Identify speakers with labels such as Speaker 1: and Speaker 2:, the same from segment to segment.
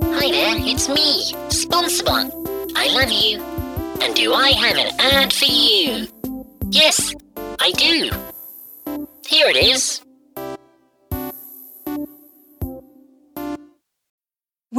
Speaker 1: everyone, it's me, SpongeBob. I love you. And do I have an ad for you? Yes, I do. Here it is.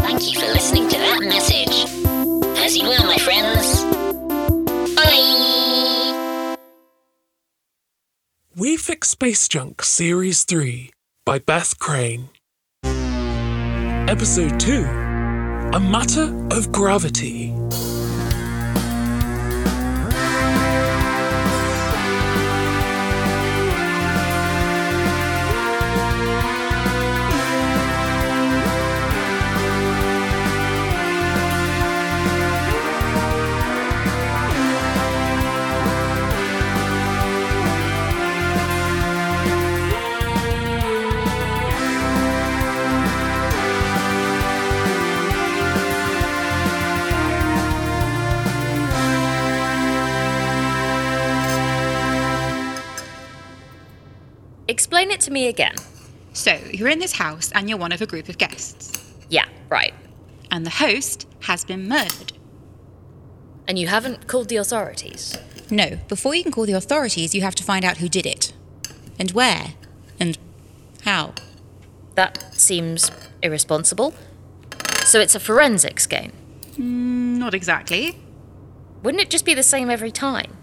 Speaker 1: Thank you for listening to that message. As you will, my friends. Bye.
Speaker 2: We Fix Space Junk Series 3 by Beth Crane. Episode 2 A Matter of Gravity.
Speaker 3: Explain it to me again.
Speaker 4: So, you're in this house and you're one of a group of guests,
Speaker 3: Yeah, right.
Speaker 4: and the host has been murdered.
Speaker 3: And you haven't called the authorities.
Speaker 5: No, before you can call the authorities, you have to find out who did it. And where. And how.
Speaker 3: That seems irresponsible. So it's a forensics game.
Speaker 4: Mm, Not exactly.
Speaker 3: Wouldn't it just be the same every time?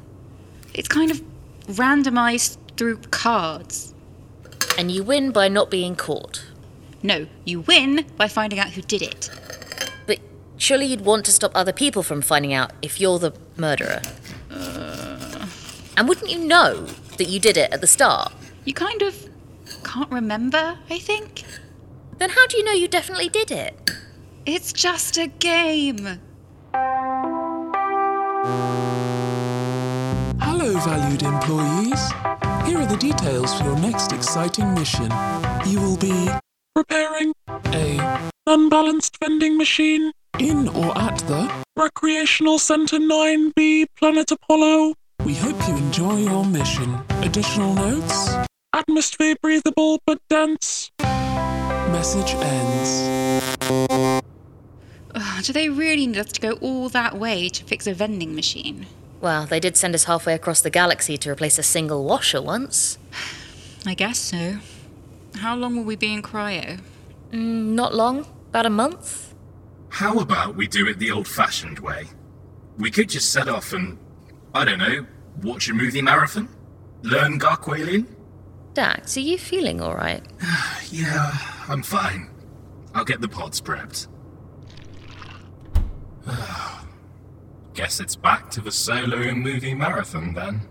Speaker 4: It's kind of randomized through cards.
Speaker 3: And you win by not being caught.
Speaker 4: No, you win by finding out who did it.
Speaker 3: But surely you'd want to stop other people from finding out if you're the murderer. And wouldn't you know that you did it at the start?
Speaker 4: You kind of can't remember, I think.
Speaker 3: Then how do you know you definitely did it?
Speaker 4: It's just a game.
Speaker 2: Hello, valued employees. Here are the details for your next exciting mission. You will be repairing a unbalanced vending machine in or at the Recreational Centre 9B Planet Apollo. We hope you enjoy your mission. Additional notes? Atmosphere breathable but dense. Message ends.
Speaker 4: Ugh, do they really need us to go all that way to fix a vending machine?
Speaker 3: Well, they did send us halfway across the galaxy to replace a single washer once.
Speaker 4: I guess so. How long will we be in cryo?
Speaker 3: Mm, Not long, about a month.
Speaker 6: How about we do it the old fashioned way? We could just set off and, I don't know, watch a movie marathon? Learn Garqualian?
Speaker 3: Dax, are you feeling all right?
Speaker 6: Yeah, I'm fine. I'll get the pods prepped. Guess it's back to the solo movie marathon then.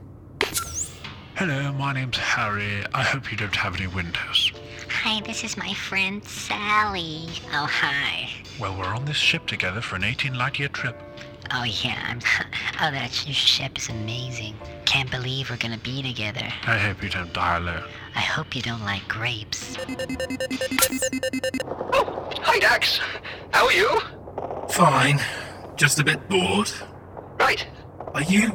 Speaker 7: Hello, my name's Harry. I hope you don't have any windows.
Speaker 8: Hi, this is my friend Sally. Oh, hi.
Speaker 7: Well, we're on this ship together for an 18 light year trip.
Speaker 8: Oh, yeah, I'm. Oh, that your ship is amazing. Can't believe we're gonna be together.
Speaker 7: I hope you don't die alone.
Speaker 8: I hope you don't like grapes.
Speaker 9: Oh, Hi, Dax. How are you?
Speaker 6: Fine. Just a bit bored.
Speaker 9: Right.
Speaker 6: Are you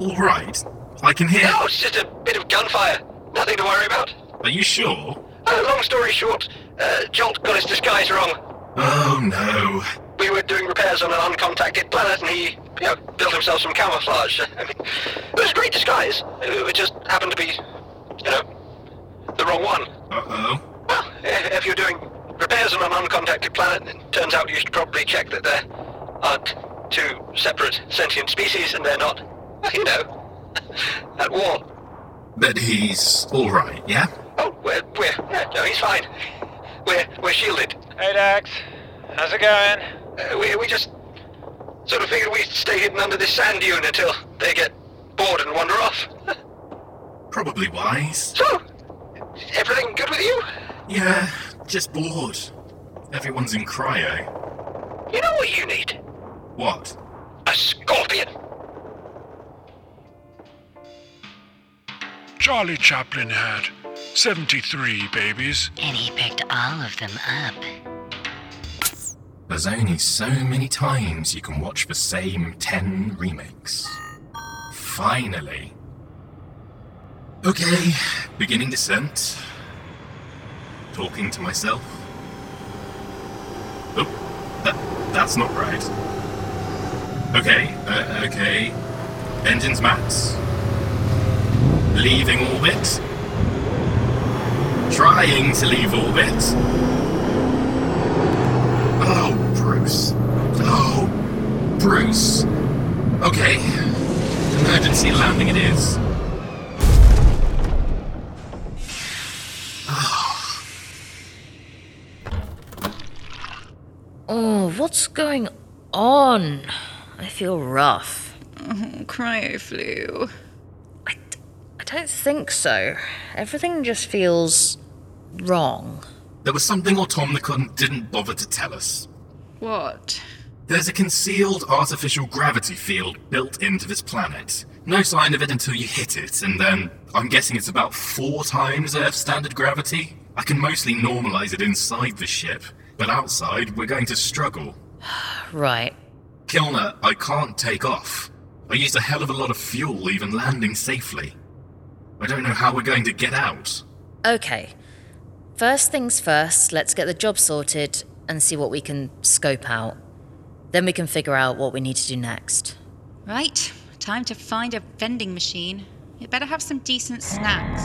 Speaker 6: alright? I can hear.
Speaker 9: Oh, it's just a bit of gunfire. Nothing to worry about.
Speaker 6: Are you sure?
Speaker 9: Uh, long story short, uh, Jolt got his disguise wrong.
Speaker 6: Oh no.
Speaker 9: We were doing repairs on an uncontacted planet, and he, you know, built himself some camouflage. I mean, it was a great disguise. It it just happened to be, you know, the wrong one.
Speaker 6: Uh oh.
Speaker 9: Well, i- if you're doing repairs on an uncontacted planet, it turns out you should probably check that there aren't two separate sentient species, and they're not, you know, at war.
Speaker 6: But he's alright, yeah?
Speaker 9: Oh, we're, we're, no, no, he's fine. We're, we're shielded.
Speaker 10: Hey Dax, how's it going?
Speaker 9: Uh, we, we just sort of figured we'd stay hidden under this sand dune until they get bored and wander off.
Speaker 6: Probably wise.
Speaker 9: So, everything good with you?
Speaker 6: Yeah, just bored. Everyone's in cryo.
Speaker 9: You know what you need?
Speaker 6: What?
Speaker 9: A scorpion.
Speaker 7: Charlie Chaplin had 73 babies.
Speaker 8: And he picked all of them up.
Speaker 6: There's only so many times you can watch the same 10 remakes. Finally. Okay, beginning descent. Talking to myself. Oh, that, that's not right. Okay, uh, okay. Engines max. Leaving orbit. Trying to leave orbit. Oh, Bruce. Oh, Bruce. Okay. Emergency landing it is.
Speaker 3: Oh, what's going on? I feel rough.
Speaker 4: Oh, cryoflu.
Speaker 3: I don't think so. Everything just feels wrong.
Speaker 6: There was something Automnicon didn't bother to tell us.
Speaker 4: What?
Speaker 6: There's a concealed artificial gravity field built into this planet. No sign of it until you hit it, and then I'm guessing it's about four times Earth's standard gravity. I can mostly normalize it inside the ship, but outside we're going to struggle.
Speaker 3: Right.
Speaker 6: Kilner, I can't take off. I used a hell of a lot of fuel even landing safely. I don't know how we're going to get out.
Speaker 3: Okay. First things first, let's get the job sorted and see what we can scope out. Then we can figure out what we need to do next.
Speaker 4: Right, time to find a vending machine. It better have some decent snacks.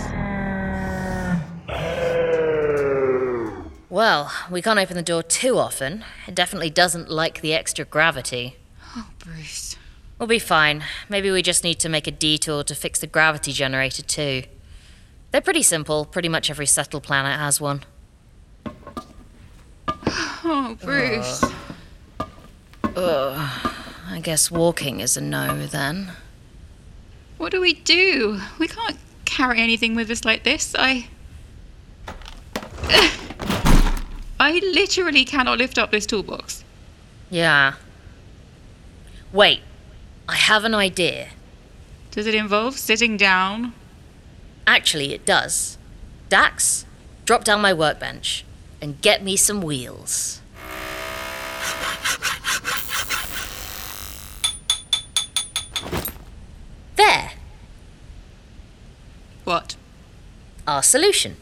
Speaker 3: Well, we can't open the door too often. It definitely doesn't like the extra gravity.
Speaker 4: Oh, Bruce.
Speaker 3: We'll be fine. Maybe we just need to make a detour to fix the gravity generator, too. They're pretty simple. Pretty much every settled planet has one.
Speaker 4: Oh, Bruce.
Speaker 3: Ugh. I guess walking is a no then.
Speaker 4: What do we do? We can't carry anything with us like this. I. I literally cannot lift up this toolbox.
Speaker 3: Yeah. Wait, I have an idea.
Speaker 4: Does it involve sitting down?
Speaker 3: Actually, it does. Dax, drop down my workbench and get me some wheels. There,
Speaker 4: What?
Speaker 3: our solution.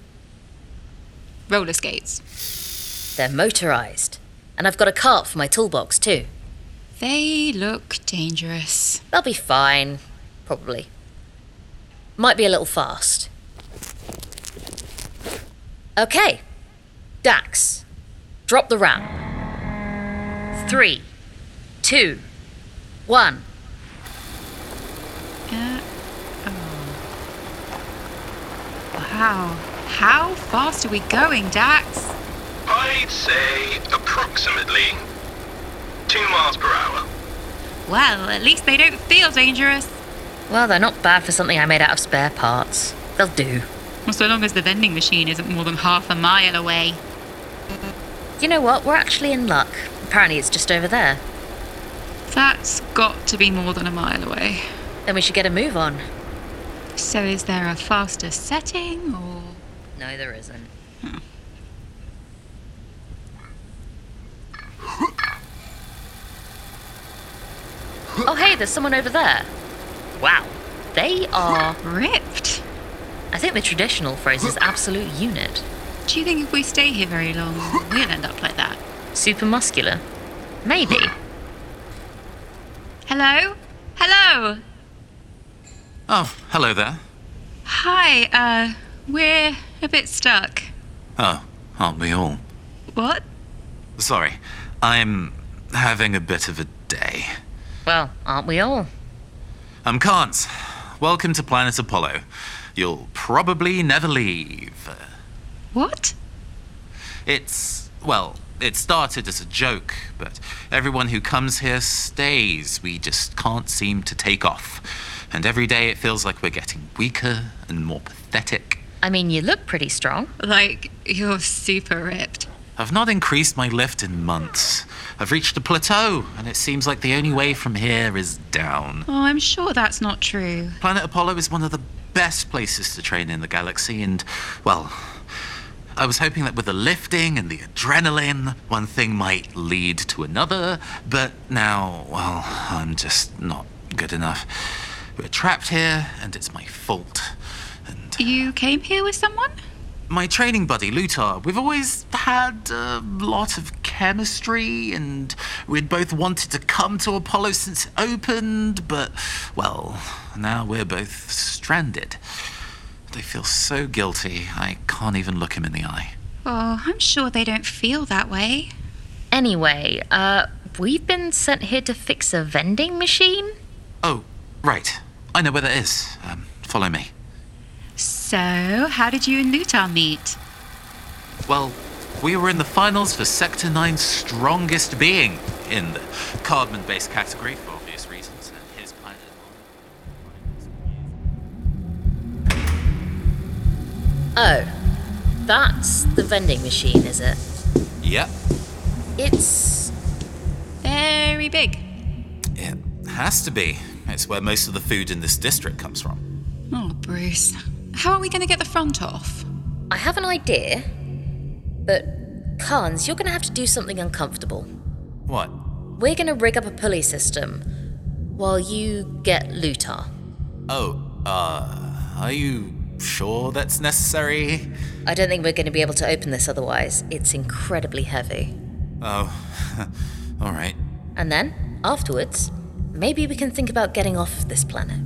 Speaker 4: Roller skates.
Speaker 3: They're motorized. And I've got a cart for my toolbox, too.
Speaker 4: They look dangerous.
Speaker 3: They'll be fine, probably. Might be a little fast. Okay. Dax, drop the ramp. Three, two, one.
Speaker 4: Uh, oh. Wow. How fast are we going, Dax?
Speaker 9: I'd say approximately two miles per hour.
Speaker 4: Well, at least they don't feel dangerous.
Speaker 3: Well, they're not bad for something I made out of spare parts. They'll do.
Speaker 4: Well, so long as the vending machine isn't more than half a mile away.
Speaker 3: You know what? We're actually in luck. Apparently, it's just over there.
Speaker 4: That's got to be more than a mile away.
Speaker 3: Then we should get a move on.
Speaker 4: So, is there a faster setting or.
Speaker 3: No, there isn't. oh, hey, there's someone over there. Wow. They are.
Speaker 4: Ripped?
Speaker 3: I think the traditional phrase is absolute unit.
Speaker 4: Do you think if we stay here very long, we'll end up like that?
Speaker 3: Super muscular? Maybe.
Speaker 4: Hello? Hello!
Speaker 11: Oh, hello there.
Speaker 4: Hi, uh, we're a bit stuck.
Speaker 11: Oh, aren't we all?
Speaker 4: What?
Speaker 11: Sorry, I'm having a bit of a day.
Speaker 3: Well, aren't we all?
Speaker 11: I'm Carnes. Welcome to Planet Apollo. You'll probably never leave.
Speaker 4: What?
Speaker 11: It's, well, it started as a joke, but everyone who comes here stays. We just can't seem to take off. And every day it feels like we're getting weaker and more pathetic.
Speaker 3: I mean, you look pretty strong.
Speaker 4: Like, you're super ripped.
Speaker 11: I've not increased my lift in months. I've reached a plateau, and it seems like the only way from here is down.
Speaker 4: Oh, I'm sure that's not true.
Speaker 11: Planet Apollo is one of the best places to train in the galaxy, and, well, I was hoping that with the lifting and the adrenaline, one thing might lead to another, but now, well, I'm just not good enough. We're trapped here, and it's my fault.
Speaker 4: You came here with someone?
Speaker 11: My training buddy, Lutar, we've always had a lot of chemistry, and we'd both wanted to come to Apollo since it opened, but, well, now we're both stranded. I feel so guilty, I can't even look him in the eye.
Speaker 4: Oh, I'm sure they don't feel that way.
Speaker 3: Anyway, uh, we've been sent here to fix a vending machine?
Speaker 11: Oh, right. I know where that is. Um, follow me.
Speaker 4: So, how did you and Lutar meet?
Speaker 11: Well, we were in the finals for Sector 9's Strongest Being in the carbon based category for obvious reasons, and his planet.
Speaker 3: Oh, that's the vending machine, is it?
Speaker 11: Yep,
Speaker 3: It's
Speaker 4: very big.
Speaker 11: has to be. It's where most of the food in this district comes from.
Speaker 4: Oh, Bruce. How are we going to get the front off?
Speaker 3: I have an idea, but Carnes, you're going to have to do something uncomfortable.
Speaker 11: What?
Speaker 3: We're going to rig up a pulley system while you get Lutar.
Speaker 11: Oh, uh, are you sure that's necessary?
Speaker 3: I don't think we're going to be able to open this otherwise. It's incredibly heavy.
Speaker 11: Oh, alright.
Speaker 3: And then, afterwards, maybe we can think about getting off of this planet.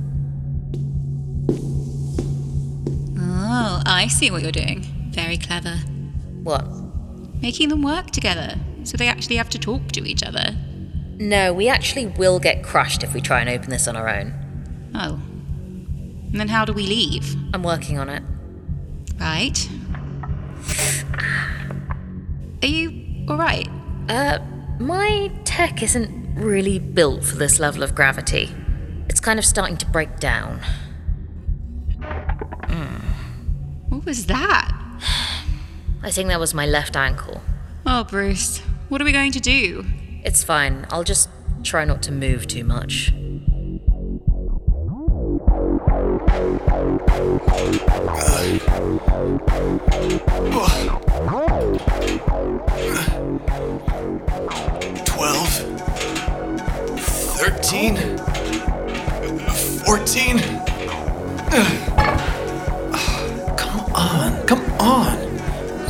Speaker 4: Oh, I see what you're doing. Very clever.
Speaker 3: What?
Speaker 4: Making them work together, so they actually have to talk to each other.
Speaker 3: No, we actually will get crushed if we try and open this on our own.
Speaker 4: Oh. And then how do we leave?
Speaker 3: I'm working on it.
Speaker 4: Right. Are you alright?
Speaker 3: Uh, my tech isn't really built for this level of gravity. It's kind of starting to break down. Hmm.
Speaker 4: What was that?
Speaker 3: I think that was my left ankle.
Speaker 4: Oh, Bruce, what are we going to do?
Speaker 3: It's fine. I'll just try not to move too much.
Speaker 12: Twelve. Thirteen. Fourteen. Ugh. Come on, come on.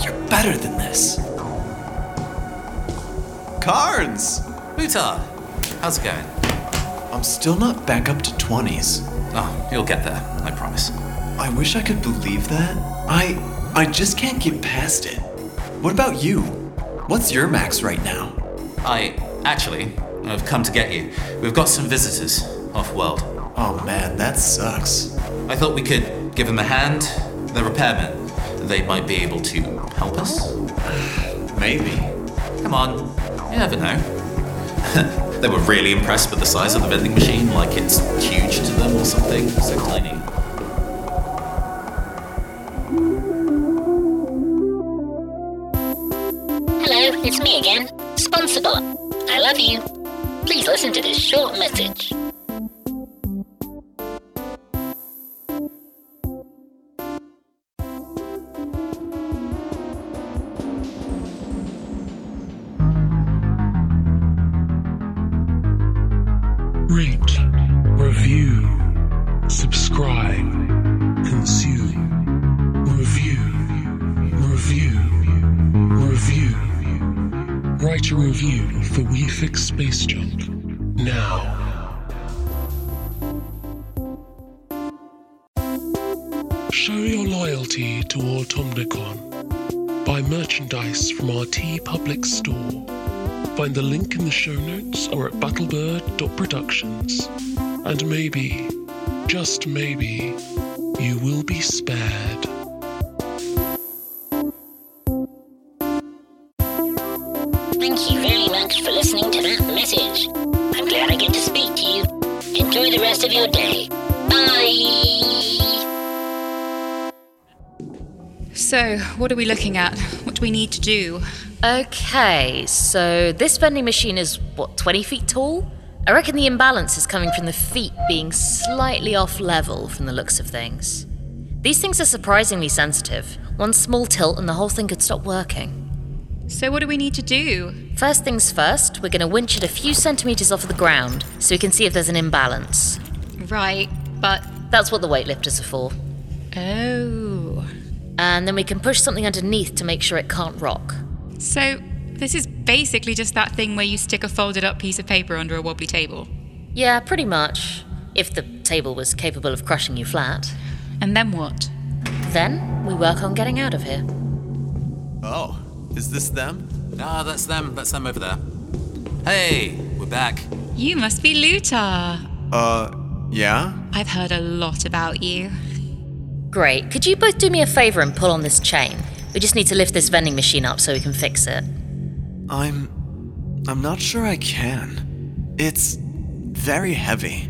Speaker 12: You're better than this. Carnes!
Speaker 11: Lutar, how's it going?
Speaker 12: I'm still not back up to 20s.
Speaker 11: Oh, you'll get there, I promise.
Speaker 12: I wish I could believe that. I I just can't get past it. What about you? What's your max right now?
Speaker 11: I actually, I've come to get you. We've got some visitors off world.
Speaker 12: Oh man, that sucks.
Speaker 11: I thought we could give them a hand. They're repairmen. They might be able to help us.
Speaker 12: Maybe.
Speaker 11: Come on, you never know. they were really impressed with the size of the vending machine, like it's huge to them or something. So tiny.
Speaker 1: Hello, it's me again, Sponsorbot. I love you. Please listen to this short message.
Speaker 7: Rate, review, subscribe, consume, review, review, review. Write a review for We Fix Space Jump now. Show your loyalty to Automnicon. Buy merchandise from our T Public store. Find the link in the show notes or at battlebird.productions. And maybe, just maybe, you will be spared.
Speaker 1: Thank you very much for listening to that message. I'm glad I get to speak to you. Enjoy the rest of your day. Bye!
Speaker 4: So, what are we looking at? What do we need to do?
Speaker 3: Okay, so this vending machine is what, 20 feet tall? I reckon the imbalance is coming from the feet being slightly off level from the looks of things. These things are surprisingly sensitive. One small tilt and the whole thing could stop working.
Speaker 4: So, what do we need to do?
Speaker 3: First things first, we're going to winch it a few centimetres off the ground so we can see if there's an imbalance.
Speaker 4: Right, but.
Speaker 3: That's what the weightlifters are for.
Speaker 4: Oh.
Speaker 3: And then we can push something underneath to make sure it can't rock.
Speaker 4: So, this is basically just that thing where you stick a folded up piece of paper under a wobbly table.
Speaker 3: Yeah, pretty much. If the table was capable of crushing you flat.
Speaker 4: And then what?
Speaker 3: Then we work on getting out of here.
Speaker 12: Oh, is this them?
Speaker 13: Ah, that's them. That's them over there. Hey, we're back.
Speaker 4: You must be Lutar.
Speaker 12: Uh, yeah?
Speaker 4: I've heard a lot about you.
Speaker 3: Great. Could you both do me a favour and pull on this chain? We just need to lift this vending machine up so we can fix it.
Speaker 12: I'm. I'm not sure I can. It's very heavy.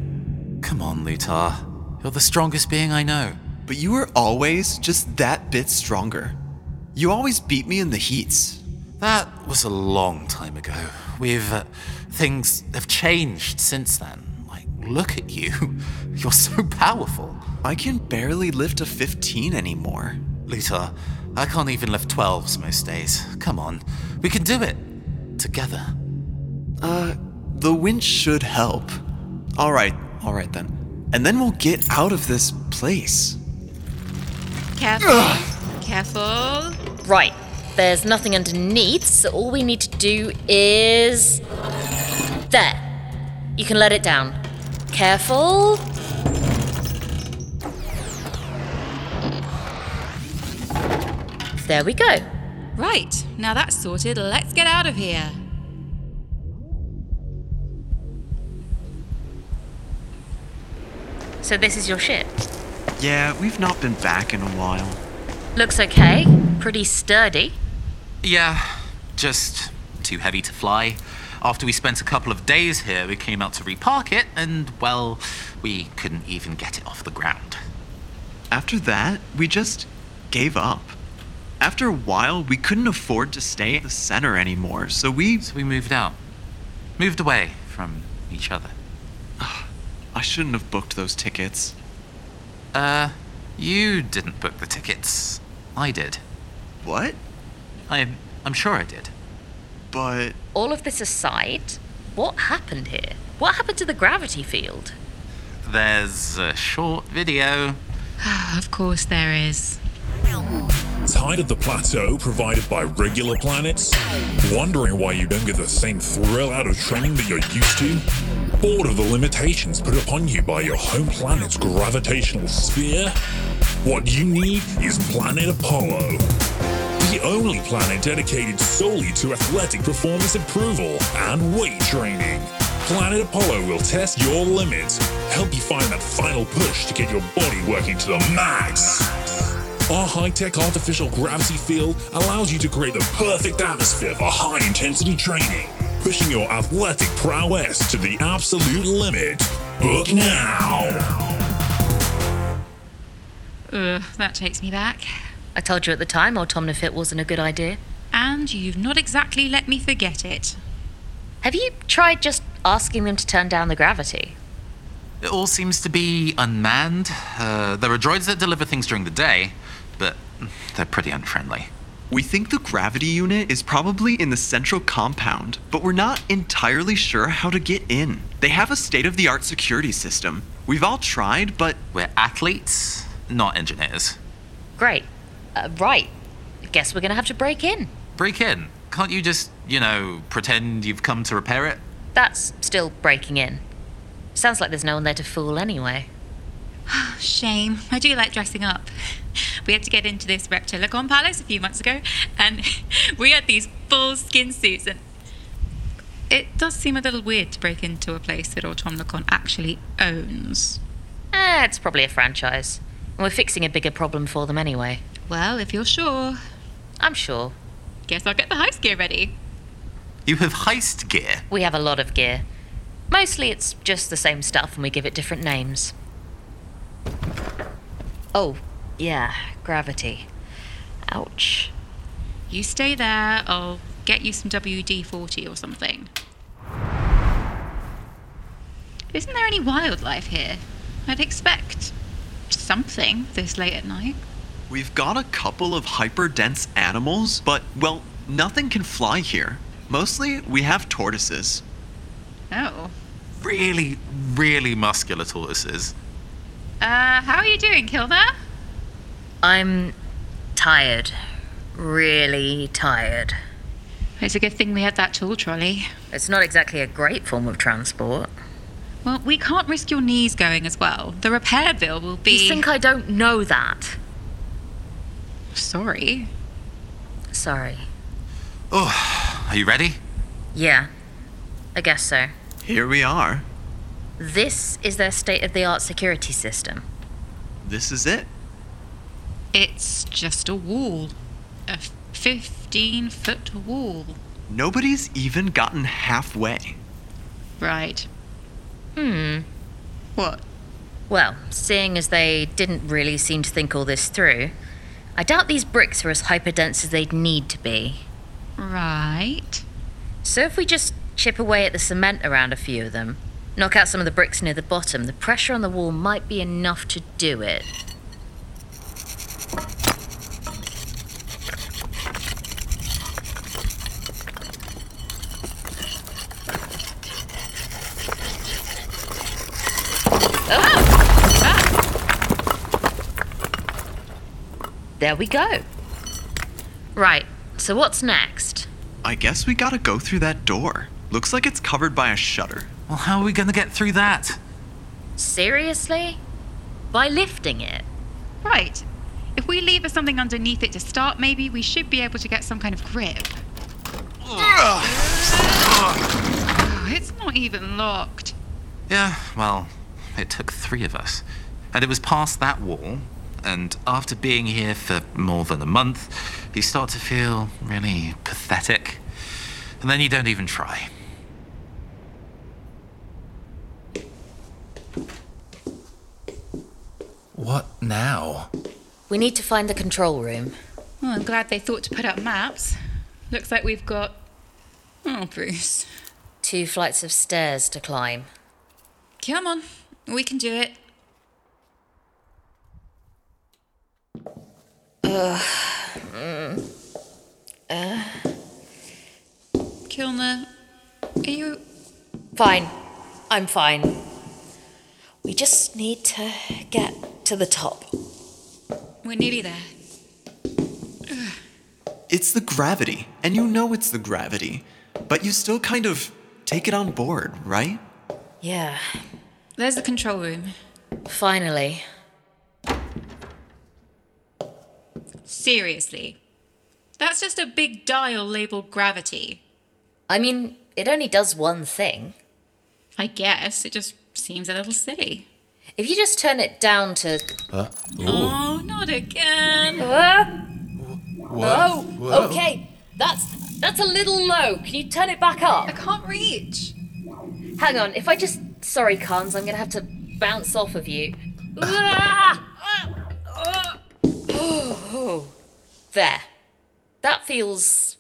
Speaker 13: Come on, Lutar. You're the strongest being I know.
Speaker 12: But you were always just that bit stronger. You always beat me in the heats.
Speaker 13: That was a long time ago. We've. Uh, things have changed since then. Like, look at you. You're so powerful.
Speaker 12: I can barely lift a 15 anymore.
Speaker 13: Lutar, I can't even lift 12s most days. Come on. We can do it. Together.
Speaker 12: Uh, the winch should help. Alright, alright then. And then we'll get out of this place.
Speaker 4: Careful. Careful.
Speaker 3: Right. There's nothing underneath, so all we need to do is. There. You can let it down. Careful. There we go.
Speaker 4: Right, now that's sorted, let's get out of here.
Speaker 3: So, this is your ship.
Speaker 12: Yeah, we've not been back in a while.
Speaker 3: Looks okay. Pretty sturdy.
Speaker 11: Yeah, just too heavy to fly. After we spent a couple of days here, we came out to repark it, and well, we couldn't even get it off the ground.
Speaker 12: After that, we just gave up. After a while, we couldn't afford to stay at the center anymore, so we.
Speaker 11: So we moved out. Moved away from each other.
Speaker 12: I shouldn't have booked those tickets.
Speaker 11: Uh, you didn't book the tickets. I did.
Speaker 12: What?
Speaker 11: I'm, I'm sure I did.
Speaker 12: But.
Speaker 3: All of this aside, what happened here? What happened to the gravity field?
Speaker 11: There's a short video.
Speaker 4: of course there is.
Speaker 14: Tired of the plateau provided by regular planets? Wondering why you don't get the same thrill out of training that you're used to? Bored of the limitations put upon you by your home planet's gravitational sphere? What you need is Planet Apollo. The only planet dedicated solely to athletic performance approval and weight training. Planet Apollo will test your limits, help you find that final push to get your body working to the max. Our high tech artificial gravity field allows you to create the perfect atmosphere for high intensity training, pushing your athletic prowess to the absolute limit. Book now!
Speaker 4: Ugh, that takes me back.
Speaker 3: I told you at the time Automnofit wasn't a good idea.
Speaker 4: And you've not exactly let me forget it.
Speaker 3: Have you tried just asking them to turn down the gravity?
Speaker 11: It all seems to be unmanned. Uh, there are droids that deliver things during the day, but they're pretty unfriendly.
Speaker 12: We think the gravity unit is probably in the central compound, but we're not entirely sure how to get in. They have a state of the art security system. We've all tried, but.
Speaker 11: We're athletes, not engineers.
Speaker 3: Great. Uh, right. Guess we're going to have to break in.
Speaker 11: Break in. Can't you just, you know, pretend you've come to repair it?
Speaker 3: That's still breaking in. Sounds like there's no one there to fool anyway.
Speaker 4: Shame. I do like dressing up. We had to get into this Reptilicon Palace a few months ago, and we had these full skin suits. And it does seem a little weird to break into a place that Automnicon actually owns.
Speaker 3: Eh, it's probably a franchise. And we're fixing a bigger problem for them anyway.
Speaker 4: Well, if you're sure,
Speaker 3: I'm sure.
Speaker 4: guess I'll get the heist gear ready.
Speaker 11: You have heist gear.
Speaker 3: We have a lot of gear. Mostly it's just the same stuff and we give it different names. Oh, yeah, gravity. Ouch.
Speaker 4: You stay there. I'll get you some WD 40 or something. Isn't there any wildlife here? I'd expect something this late at night.
Speaker 12: We've got a couple of hyperdense animals, but, well, nothing can fly here. Mostly, we have tortoises.
Speaker 4: Oh.
Speaker 11: Really, really muscular tortoises.
Speaker 4: Uh, how are you doing, Kilda?
Speaker 3: I'm tired. Really tired.
Speaker 4: It's a good thing we had that tool trolley.
Speaker 3: It's not exactly a great form of transport.
Speaker 4: Well, we can't risk your knees going as well. The repair bill will be.
Speaker 3: You think I don't know that?
Speaker 4: Sorry.
Speaker 3: Sorry.
Speaker 11: Oh, are you ready?
Speaker 3: Yeah. I guess so.
Speaker 12: Here we are.
Speaker 3: This is their state of the art security system.
Speaker 12: This is it.
Speaker 4: It's just a wall. A 15 foot wall.
Speaker 12: Nobody's even gotten halfway.
Speaker 4: Right.
Speaker 3: Hmm.
Speaker 4: What?
Speaker 3: Well, seeing as they didn't really seem to think all this through, I doubt these bricks are as hyperdense as they'd need to be.
Speaker 4: Right.
Speaker 3: So if we just chip away at the cement around a few of them, knock out some of the bricks near the bottom, the pressure on the wall might be enough to do it. There we go. Right, so what's next?
Speaker 12: I guess we gotta go through that door. Looks like it's covered by a shutter.
Speaker 11: Well, how are we gonna get through that?
Speaker 3: Seriously? By lifting it?
Speaker 4: Right. If we leave us something underneath it to start, maybe we should be able to get some kind of grip. Oh, it's not even locked.
Speaker 11: Yeah, well, it took three of us. And it was past that wall. And after being here for more than a month, you start to feel really pathetic. And then you don't even try.
Speaker 13: What now?
Speaker 3: We need to find the control room.
Speaker 4: Well, I'm glad they thought to put up maps. Looks like we've got. Oh, Bruce.
Speaker 3: Two flights of stairs to climb.
Speaker 4: Come on, we can do it.
Speaker 3: Ugh. Mm. Uh.
Speaker 4: Kilner, are you.
Speaker 3: Fine. I'm fine. We just need to get to the top.
Speaker 4: We're nearly there.
Speaker 12: It's the gravity, and you know it's the gravity, but you still kind of take it on board, right?
Speaker 3: Yeah.
Speaker 4: There's the control room.
Speaker 3: Finally.
Speaker 4: Seriously. That's just a big dial labeled gravity.
Speaker 3: I mean, it only does one thing.
Speaker 4: I guess. It just seems a little silly.
Speaker 3: If you just turn it down to.
Speaker 13: Uh, ooh.
Speaker 4: Oh, not again.
Speaker 3: Ah!
Speaker 13: Whoa,
Speaker 3: Oh,
Speaker 13: whoa.
Speaker 3: okay. That's that's a little low. Can you turn it back up?
Speaker 4: I can't reach.
Speaker 3: Hang on. If I just sorry, Carnes, I'm gonna have to bounce off of you. Ah! Ah! Oh. there. That feels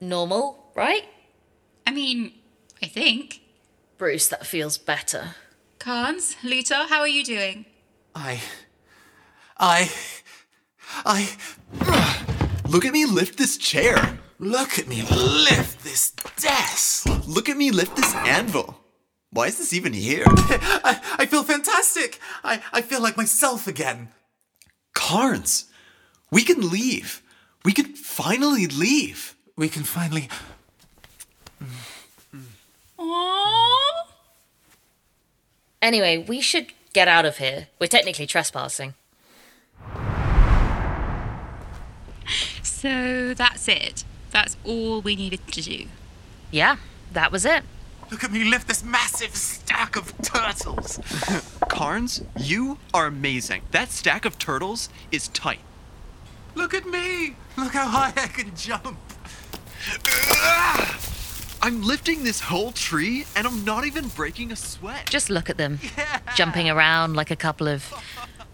Speaker 3: normal, right?
Speaker 4: I mean, I think.
Speaker 3: Bruce, that feels better.
Speaker 4: Carnes, Luto, how are you doing?
Speaker 13: I. I. I.
Speaker 12: Look at me lift this chair.
Speaker 13: Look at me lift this desk.
Speaker 12: Look at me lift this anvil. Why is this even here?
Speaker 13: I, I feel fantastic. I, I feel like myself again.
Speaker 12: Carnes, we can leave. We can finally leave.
Speaker 13: We can finally.
Speaker 4: Aww.
Speaker 3: Anyway, we should get out of here. We're technically trespassing.
Speaker 4: So that's it. That's all we needed to do.
Speaker 3: Yeah, that was it.
Speaker 11: Look at me lift this massive stack of turtles.
Speaker 12: Carnes, you are amazing. That stack of turtles is tight.
Speaker 13: Look at me. Look how high I can jump.
Speaker 12: I'm lifting this whole tree and I'm not even breaking a sweat.
Speaker 3: Just look at them jumping around like a couple of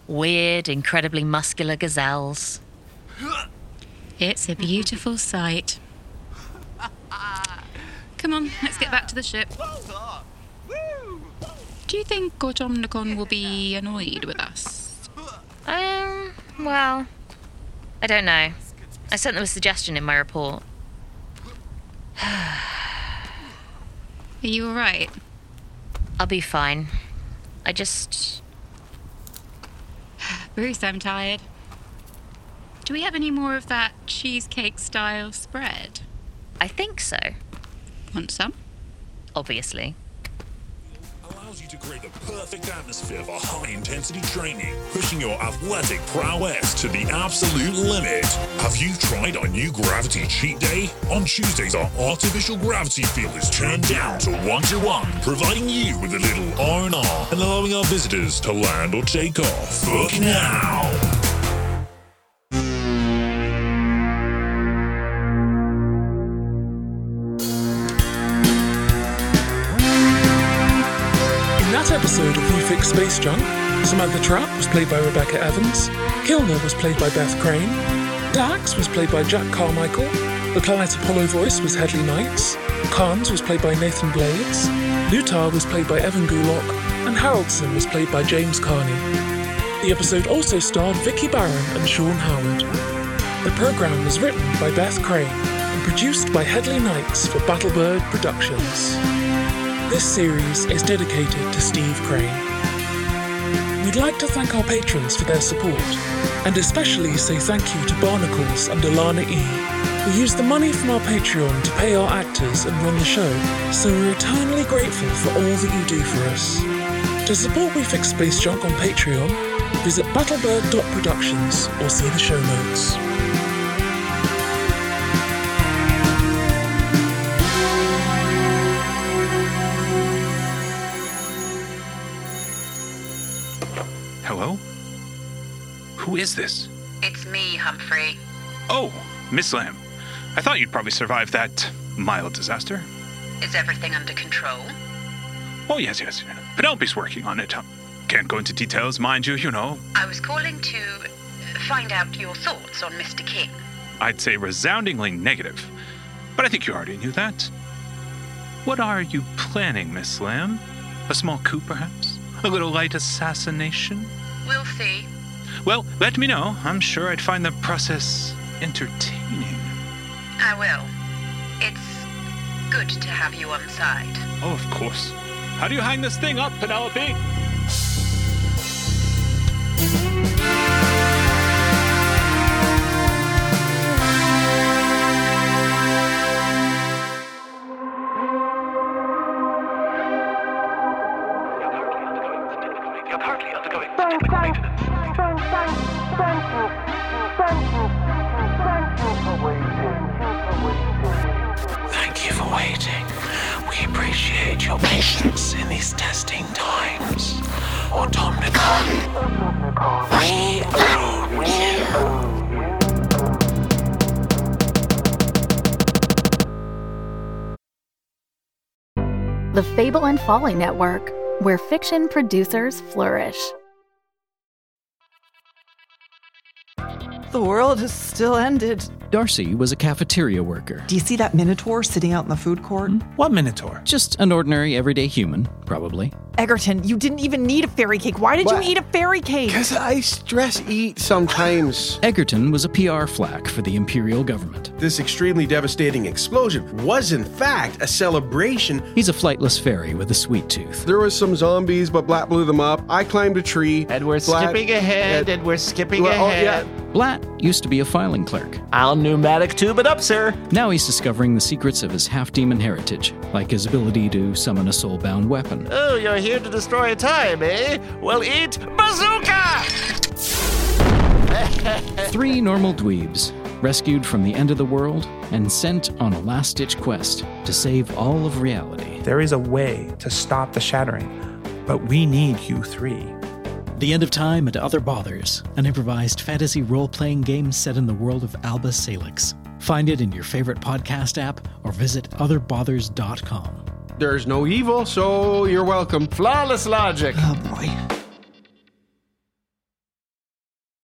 Speaker 3: weird, incredibly muscular gazelles.
Speaker 4: It's a beautiful sight. Come on, let's get back to the ship. Do you think Gortomnicon will be annoyed with us?
Speaker 3: Um, well, I don't know. I sent them a suggestion in my report.
Speaker 4: Are you alright?
Speaker 3: I'll be fine. I just.
Speaker 4: Bruce, I'm tired. Do we have any more of that cheesecake style spread?
Speaker 3: I think so.
Speaker 4: Want some?
Speaker 3: Obviously.
Speaker 14: allows you to create the perfect atmosphere for high intensity training, pushing your athletic prowess to the absolute limit. Have you tried our new gravity cheat day? On Tuesdays, our artificial gravity field is turned down to one to one, providing you with a little R and R and allowing our visitors to land or take off. Book now.
Speaker 2: In that episode of We Fix Space Junk, Samantha Trapp was played by Rebecca Evans, Kilner was played by Beth Crane, Dax was played by Jack Carmichael, the Planet Apollo voice was Headley Knights, Carnes was played by Nathan Blades, Lutar was played by Evan Gulock, and Haroldson was played by James Carney. The episode also starred Vicky Barron and Sean Howard. The programme was written by Beth Crane and produced by Headley Knights for Battlebird Productions. This series is dedicated to Steve Crane. We'd like to thank our patrons for their support, and especially say thank you to Barnacles and Alana E. We use the money from our Patreon to pay our actors and run the show, so we're eternally grateful for all that you do for us. To support We Fix Space Junk on Patreon, visit battlebird.productions or see the show notes.
Speaker 15: Hello? Who is this?
Speaker 16: It's me, Humphrey.
Speaker 15: Oh, Miss Lamb. I thought you'd probably survive that mild disaster.
Speaker 16: Is everything under control?
Speaker 15: Oh, yes, yes. Penelope's working on it. Can't go into details, mind you, you know.
Speaker 16: I was calling to find out your thoughts on Mr. King.
Speaker 15: I'd say resoundingly negative. But I think you already knew that. What are you planning, Miss Lamb? A small coup, perhaps? A little light assassination?
Speaker 16: We'll see.
Speaker 15: Well, let me know. I'm sure I'd find the process entertaining.
Speaker 16: I will. It's good to have you on side.
Speaker 15: Oh, of course. How do you hang this thing up, Penelope?
Speaker 17: Thank you for waiting. We appreciate your patience in these testing times. Automnicon. We own you.
Speaker 18: The Fable and Folly Network, where fiction producers flourish.
Speaker 19: The world has still ended.
Speaker 20: Darcy was a cafeteria worker.
Speaker 19: Do you see that minotaur sitting out in the food court?
Speaker 20: What Minotaur? Just an ordinary, everyday human, probably.
Speaker 19: Egerton, you didn't even need a fairy cake. Why did
Speaker 20: What?
Speaker 19: you eat a fairy cake?
Speaker 20: Because I stress eat sometimes. Egerton was a PR flack for the imperial government.
Speaker 21: This extremely devastating explosion was, in fact, a celebration.
Speaker 20: He's a flightless fairy with a sweet tooth.
Speaker 21: There was some zombies, but Black blew them up. I climbed a tree. And we're
Speaker 22: skipping ahead, and we're skipping
Speaker 20: oh,
Speaker 21: oh,
Speaker 22: ahead.
Speaker 20: Blatt used to be a filing clerk. I'll pneumatic tube it up, sir. Now he's discovering the secrets of his half demon heritage, like his ability to summon a soulbound weapon.
Speaker 22: Oh, you're here to destroy time, eh? Well, eat bazooka!
Speaker 20: Three normal dweebs, rescued from the end of the world and sent on a last ditch quest to save all of reality.
Speaker 23: There is a way to stop the shattering, but we need you three.
Speaker 24: The End of Time and Other Bothers, an improvised fantasy role playing game set in the world of Alba Salix. Find it in your favorite podcast app or visit OtherBothers.com.
Speaker 21: There's no evil, so you're welcome.
Speaker 22: Flawless logic.
Speaker 21: Oh boy.